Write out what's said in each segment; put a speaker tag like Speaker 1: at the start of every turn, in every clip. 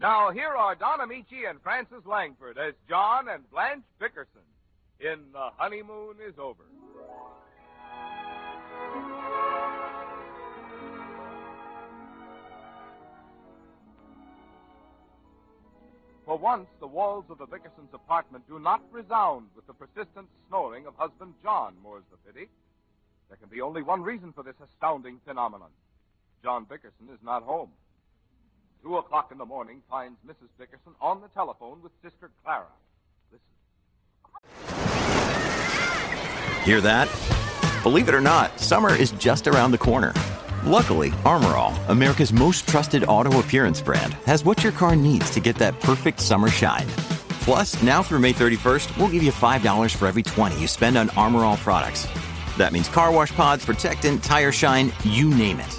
Speaker 1: Now, here are Don Amici and Francis Langford as John and Blanche Bickerson in The Honeymoon is Over. For once, the walls of the Vickersons' apartment do not resound with the persistent snoring of husband John, more's the pity. There can be only one reason for this astounding phenomenon. John Bickerson is not home. Two o'clock in the morning finds Mrs. Bickerson on the telephone with Sister Clara. Listen.
Speaker 2: Hear that? Believe it or not, summer is just around the corner. Luckily, Armorall, America's most trusted auto appearance brand, has what your car needs to get that perfect summer shine. Plus, now through May 31st, we'll give you $5 for every 20 you spend on Armorall products. That means car wash pods, protectant, tire shine, you name it.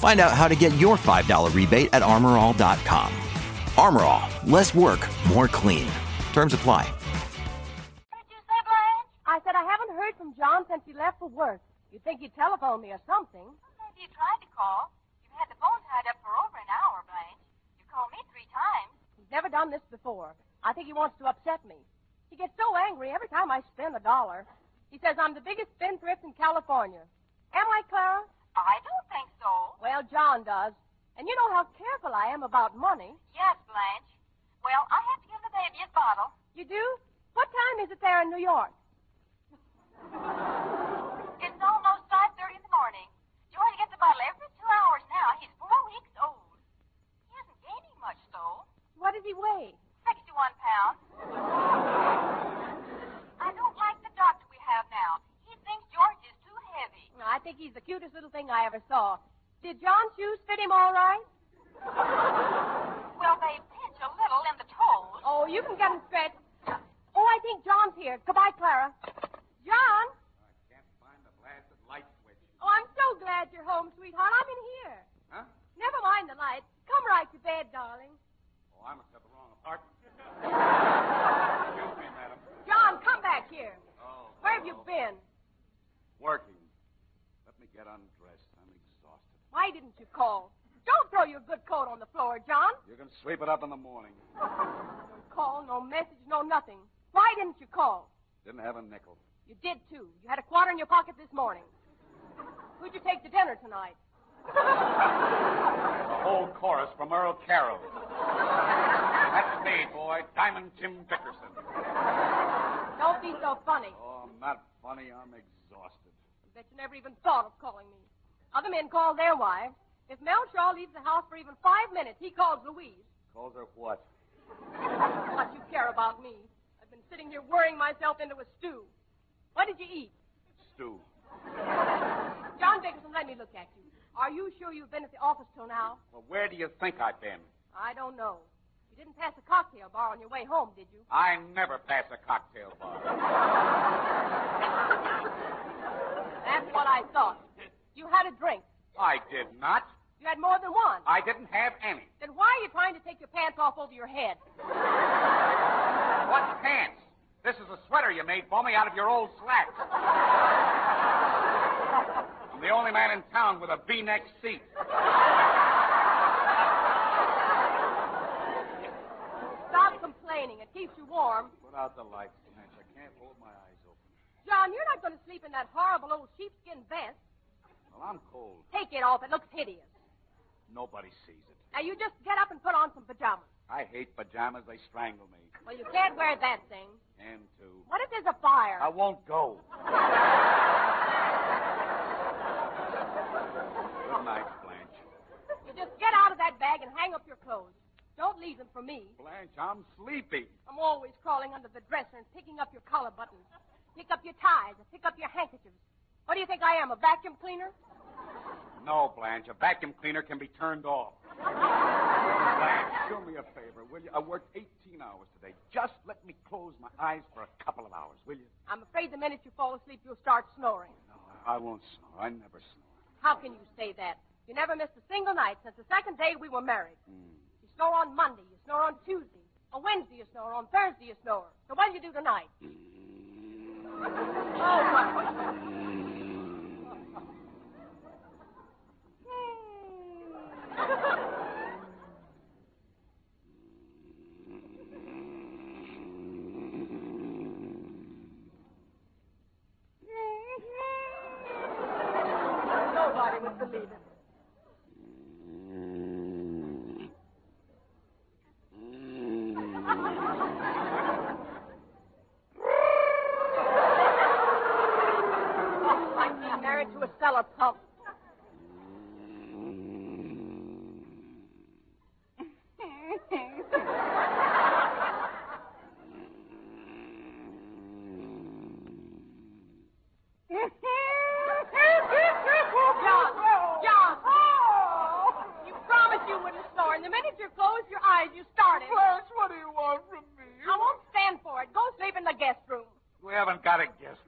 Speaker 2: Find out how to get your $5 rebate at armorall.com. Armorall, less work, more clean. Terms apply.
Speaker 3: What did you say, Blanche?
Speaker 4: I said I haven't heard from John since he left for work. You'd think he'd telephone me or something.
Speaker 3: Maybe you tried to call. You've had the phone tied up for over an hour, Blanche. You called me three times.
Speaker 4: He's never done this before. I think he wants to upset me. He gets so angry every time I spend a dollar. He says I'm the biggest spendthrift in California. Am I, Clara?
Speaker 3: I don't think so.
Speaker 4: Well, John does. And you know how careful I am about money.
Speaker 3: Yes, Blanche. Well, I have to give the baby his bottle.
Speaker 4: You do? What time is it there in New York?
Speaker 3: It's almost 5.30 in the morning. You want to get the bottle every two hours now. He's four weeks old. He isn't gaining much, though.
Speaker 4: What does he weigh?
Speaker 3: 61 pounds. I don't like the doctor we have now. He thinks George is too heavy.
Speaker 4: I think he's the cutest little thing I ever saw. Did John's shoes fit him all right?
Speaker 3: Well, they pinch a little in the toes.
Speaker 4: Oh, you can get him stretched. Oh, I think John's here. Goodbye, Clara. John?
Speaker 5: Can't find the blasted light switch.
Speaker 4: Oh, I'm so glad you're home, sweetheart. I'm in here.
Speaker 5: Huh?
Speaker 4: Never mind the lights. Come right to bed, darling.
Speaker 5: Oh, I must have the wrong apartment. Excuse me, madam.
Speaker 4: John, come back here.
Speaker 5: Oh.
Speaker 4: Where have you been?
Speaker 5: Working. Let me get undressed. I'm exhausted.
Speaker 4: Why didn't you call? Don't throw your good coat on the floor, John.
Speaker 5: You can sweep it up in the morning.
Speaker 4: No call, no message, no nothing. Why didn't you call?
Speaker 5: Didn't have a nickel.
Speaker 4: You did, too. You had a quarter in your pocket this morning. Who'd you take to dinner tonight?
Speaker 5: The whole chorus from Earl Carroll. That's me, boy. Diamond Jim Dickerson.
Speaker 4: Don't be so funny.
Speaker 5: Oh, I'm not funny. I'm exhausted.
Speaker 4: I bet you never even thought of calling me. Other men call their wives. If Mel Shaw leaves the house for even five minutes, he calls Louise.
Speaker 5: Calls her what?
Speaker 4: What you care about me? I've been sitting here worrying myself into a stew. What did you eat?
Speaker 5: Stew.
Speaker 4: John Dickerson, let me look at you. Are you sure you've been at the office till now?
Speaker 5: Well, where do you think I've been?
Speaker 4: I don't know. You didn't pass a cocktail bar on your way home, did you?
Speaker 5: I never pass a cocktail bar.
Speaker 4: That's what I thought. You had a drink.
Speaker 5: I did not.
Speaker 4: You had more than one.
Speaker 5: I didn't have any.
Speaker 4: Then why are you trying to take your pants off over your head?
Speaker 5: What pants? This is a sweater you made for me out of your old slacks. I'm the only man in town with a V-neck seat.
Speaker 4: Stop complaining. It keeps you warm.
Speaker 5: Put out the lights, Blanche. I can't hold my eyes open.
Speaker 4: John, you're not going to sleep in that horrible old sheepskin vest.
Speaker 5: Well, I'm cold.
Speaker 4: Take it off. It looks hideous.
Speaker 5: Nobody sees it.
Speaker 4: Now, you just get up and put on some pajamas.
Speaker 5: I hate pajamas. They strangle me.
Speaker 4: Well, you can't wear that thing.
Speaker 5: And two.
Speaker 4: What if there's a fire?
Speaker 5: I won't go. Good night, Blanche.
Speaker 4: You just get out of that bag and hang up your clothes. Don't leave them for me.
Speaker 5: Blanche, I'm sleepy.
Speaker 4: I'm always crawling under the dresser and picking up your collar buttons. Pick up your ties and pick up your handkerchiefs. What do you think I am, a vacuum cleaner?
Speaker 5: No, Blanche. A vacuum cleaner can be turned off. Blanche, do me a favor, will you? I worked 18 hours today. Just let me close my eyes for a couple of hours, will you?
Speaker 4: I'm afraid the minute you fall asleep, you'll start snoring.
Speaker 5: No, I I won't snore. I never snore.
Speaker 4: How can you say that? You never missed a single night since the second day we were married. You snore on Monday, you snore on Tuesday. On Wednesday you snore, on Thursday you snore. So what do you do tonight? oh, what?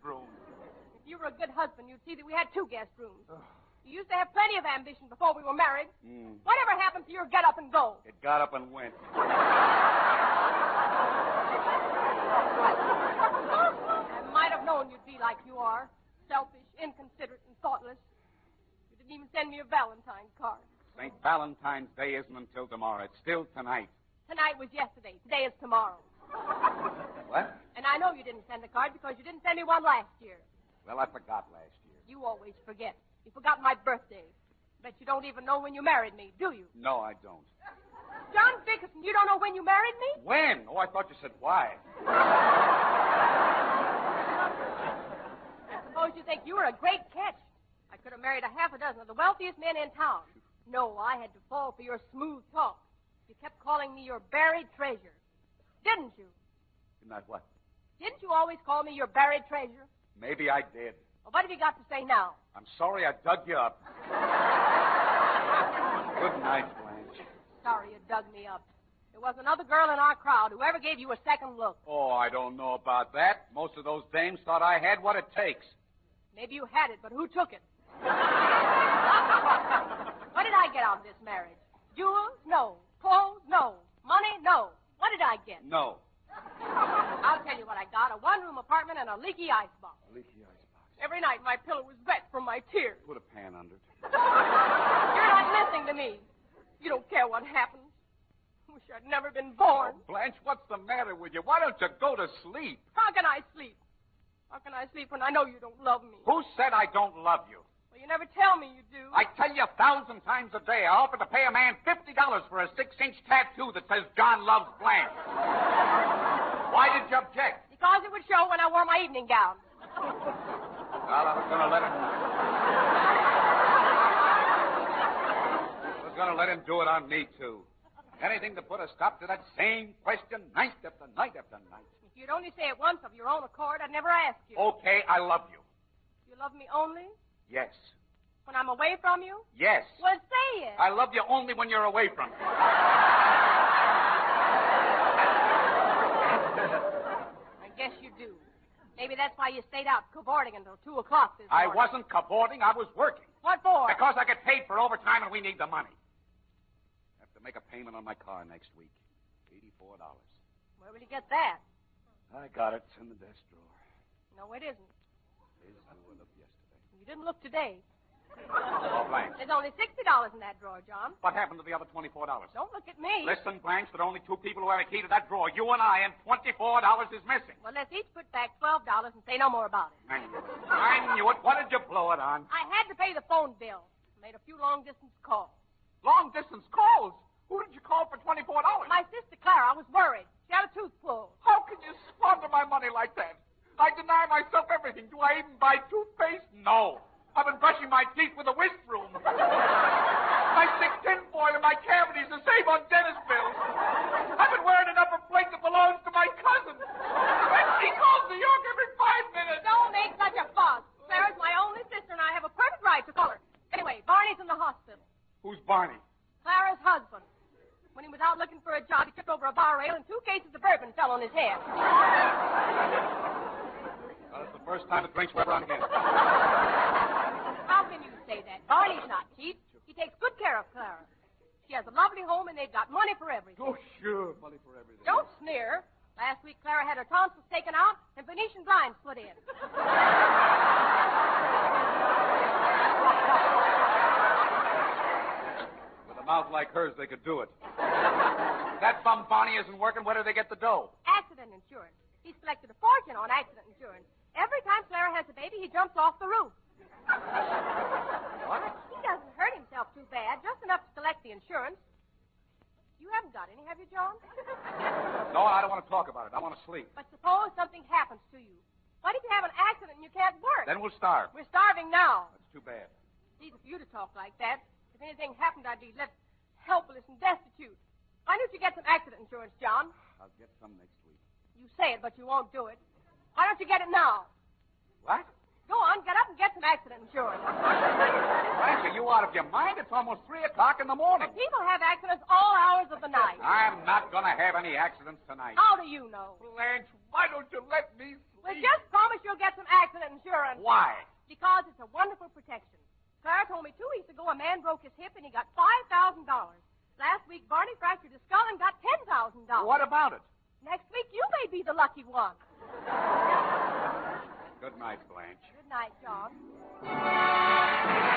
Speaker 4: were a good husband, you'd see that we had two guest rooms. you used to have plenty of ambition before we were married. Whatever happened to your get up and go?
Speaker 5: It got up and went.
Speaker 4: I might have known you'd be like you are selfish, inconsiderate, and thoughtless. You didn't even send me a Valentine card.
Speaker 5: St. Valentine's Day isn't until tomorrow. It's still tonight.
Speaker 4: Tonight was yesterday, today is tomorrow.
Speaker 5: What?
Speaker 4: And I know you didn't send a card because you didn't send me one last year.
Speaker 5: Well, I forgot last year.
Speaker 4: You always forget. You forgot my birthday. Bet you don't even know when you married me, do you?
Speaker 5: No, I don't.
Speaker 4: John Dickerson, you don't know when you married me?
Speaker 5: When? Oh, I thought you said why.
Speaker 4: I suppose you think you were a great catch. I could have married a half a dozen of the wealthiest men in town. No, I had to fall for your smooth talk. You kept calling me your buried treasure. Didn't you?
Speaker 5: Isn't that what?
Speaker 4: Didn't you always call me your buried treasure?
Speaker 5: Maybe I did.
Speaker 4: Well, what have you got to say now?
Speaker 5: I'm sorry I dug you up. Good night, Blanche.
Speaker 4: Sorry you dug me up. There was another girl in our crowd who ever gave you a second look.
Speaker 5: Oh, I don't know about that. Most of those dames thought I had what it takes.
Speaker 4: Maybe you had it, but who took it? what did I get out of this marriage? Jewels? No. Clothes? No. Money? No. What did I get?
Speaker 5: No.
Speaker 4: I'll tell you what I got a one room apartment and a leaky icebox.
Speaker 5: Leaky icebox.
Speaker 4: Every night my pillow was wet from my tears.
Speaker 5: Put a pan under it.
Speaker 4: You're not listening to me. You don't care what happens. Wish I'd never been born.
Speaker 5: Blanche, what's the matter with you? Why don't you go to sleep?
Speaker 4: How can I sleep? How can I sleep when I know you don't love me?
Speaker 5: Who said I don't love you?
Speaker 4: Well, you never tell me you do.
Speaker 5: I tell you a thousand times a day, I offer to pay a man fifty dollars for a six-inch tattoo that says John loves Blanche. Why did you object?
Speaker 4: Because it would show when I wore my evening gown.
Speaker 5: Well, I was going to let him. I was going to let him do it on me too. Anything to put a stop to that same question, night after night after night.
Speaker 4: If you'd only say it once of your own accord, I'd never ask you.
Speaker 5: Okay, I love you.
Speaker 4: You love me only
Speaker 5: Yes.
Speaker 4: when I'm away from you?
Speaker 5: Yes.
Speaker 4: Well, say it.
Speaker 5: I love you only when you're away from me.
Speaker 4: I guess you do. Maybe that's why you stayed out cavorting until 2 o'clock this
Speaker 5: I
Speaker 4: morning.
Speaker 5: wasn't cavorting, I was working.
Speaker 4: What for?
Speaker 5: Because I get paid for overtime and we need the money. I have to make a payment on my car next week. Eighty-four dollars.
Speaker 4: Where will you get that?
Speaker 5: I got it. It's in the desk drawer.
Speaker 4: No, it isn't.
Speaker 5: Is who I looked yesterday.
Speaker 4: You didn't look today.
Speaker 5: Oh, Blanche.
Speaker 4: There's only $60 in that drawer, John.
Speaker 5: What happened to the other twenty-four dollars?
Speaker 4: Don't look at me.
Speaker 5: Listen, Blanche, there are only two people who have a key to that drawer, you and I, and twenty-four dollars is missing.
Speaker 4: Well, let's each put back $12 and say no more about it.
Speaker 5: I knew it. I knew it. What did you blow it on?
Speaker 4: I had to pay the phone bill. Made a few long distance calls.
Speaker 5: Long distance calls. Who did you call for twenty-four dollars?
Speaker 4: My sister Clara was worried. She had a tooth pulled.
Speaker 5: How can you squander my money like that? I deny myself everything. Do I even buy toothpaste? No. I've been brushing my teeth with a whisk broom. I stick tinfoil in my cavities to save on dentist bills. I've been wearing an upper plate that belongs to my cousin. And she calls New York every five minutes.
Speaker 4: Don't make such a fuss. Clara's my only sister, and I have a perfect right to call her. Anyway, Barney's in the hospital.
Speaker 5: Who's Barney?
Speaker 4: Clara's husband. When he was out looking for a job, he tripped over a bar rail, and two cases of bourbon fell on his head.
Speaker 5: Well, it's the first time the drinks were ever on him.
Speaker 4: How can you say that? Barney's not cheap. He takes good care of Clara. She has a lovely home, and they've got money for everything.
Speaker 5: Oh, sure. Money for everything.
Speaker 4: Don't sneer. Last week, Clara had her tonsils taken out and Venetian blinds put in.
Speaker 5: With a mouth like hers, they could do it. that bum Barney isn't working. Where do they get the dough?
Speaker 4: Accident insurance. He's collected a fortune on accident insurance. Every time Clara has a baby, he jumps off the roof.
Speaker 5: What?
Speaker 4: He doesn't hurt himself too bad, just enough to collect the insurance. You haven't got any, have you, John?
Speaker 5: No, I don't want to talk about it. I want to sleep.
Speaker 4: but suppose something happens to you. What if you have an accident and you can't work?
Speaker 5: Then we'll starve.
Speaker 4: We're starving now.
Speaker 5: That's too bad.
Speaker 4: Geez, if you to talk like that, if anything happened, I'd be left helpless and destitute. Why don't you get some accident insurance, John?
Speaker 5: I'll get some next week.
Speaker 4: You say it, but you won't do it. Why don't you get it now?
Speaker 5: What?
Speaker 4: Go on, get up and get some accident insurance.
Speaker 5: Frank, are you out of your mind? It's almost three o'clock in the morning.
Speaker 4: People have accidents all hours of the night.
Speaker 5: I'm not going to have any accidents tonight.
Speaker 4: How do you know?
Speaker 5: Blanche, why don't you let me
Speaker 4: Well, just promise you'll get some accident insurance.
Speaker 5: Why?
Speaker 4: because it's a wonderful protection. Clara told me two weeks ago a man broke his hip and he got $5,000. Last week, Barney fractured his skull and got $10,000.
Speaker 1: What about it?
Speaker 4: Next week, you may be the lucky one.
Speaker 5: Good night, Blanche.
Speaker 4: Good night, John.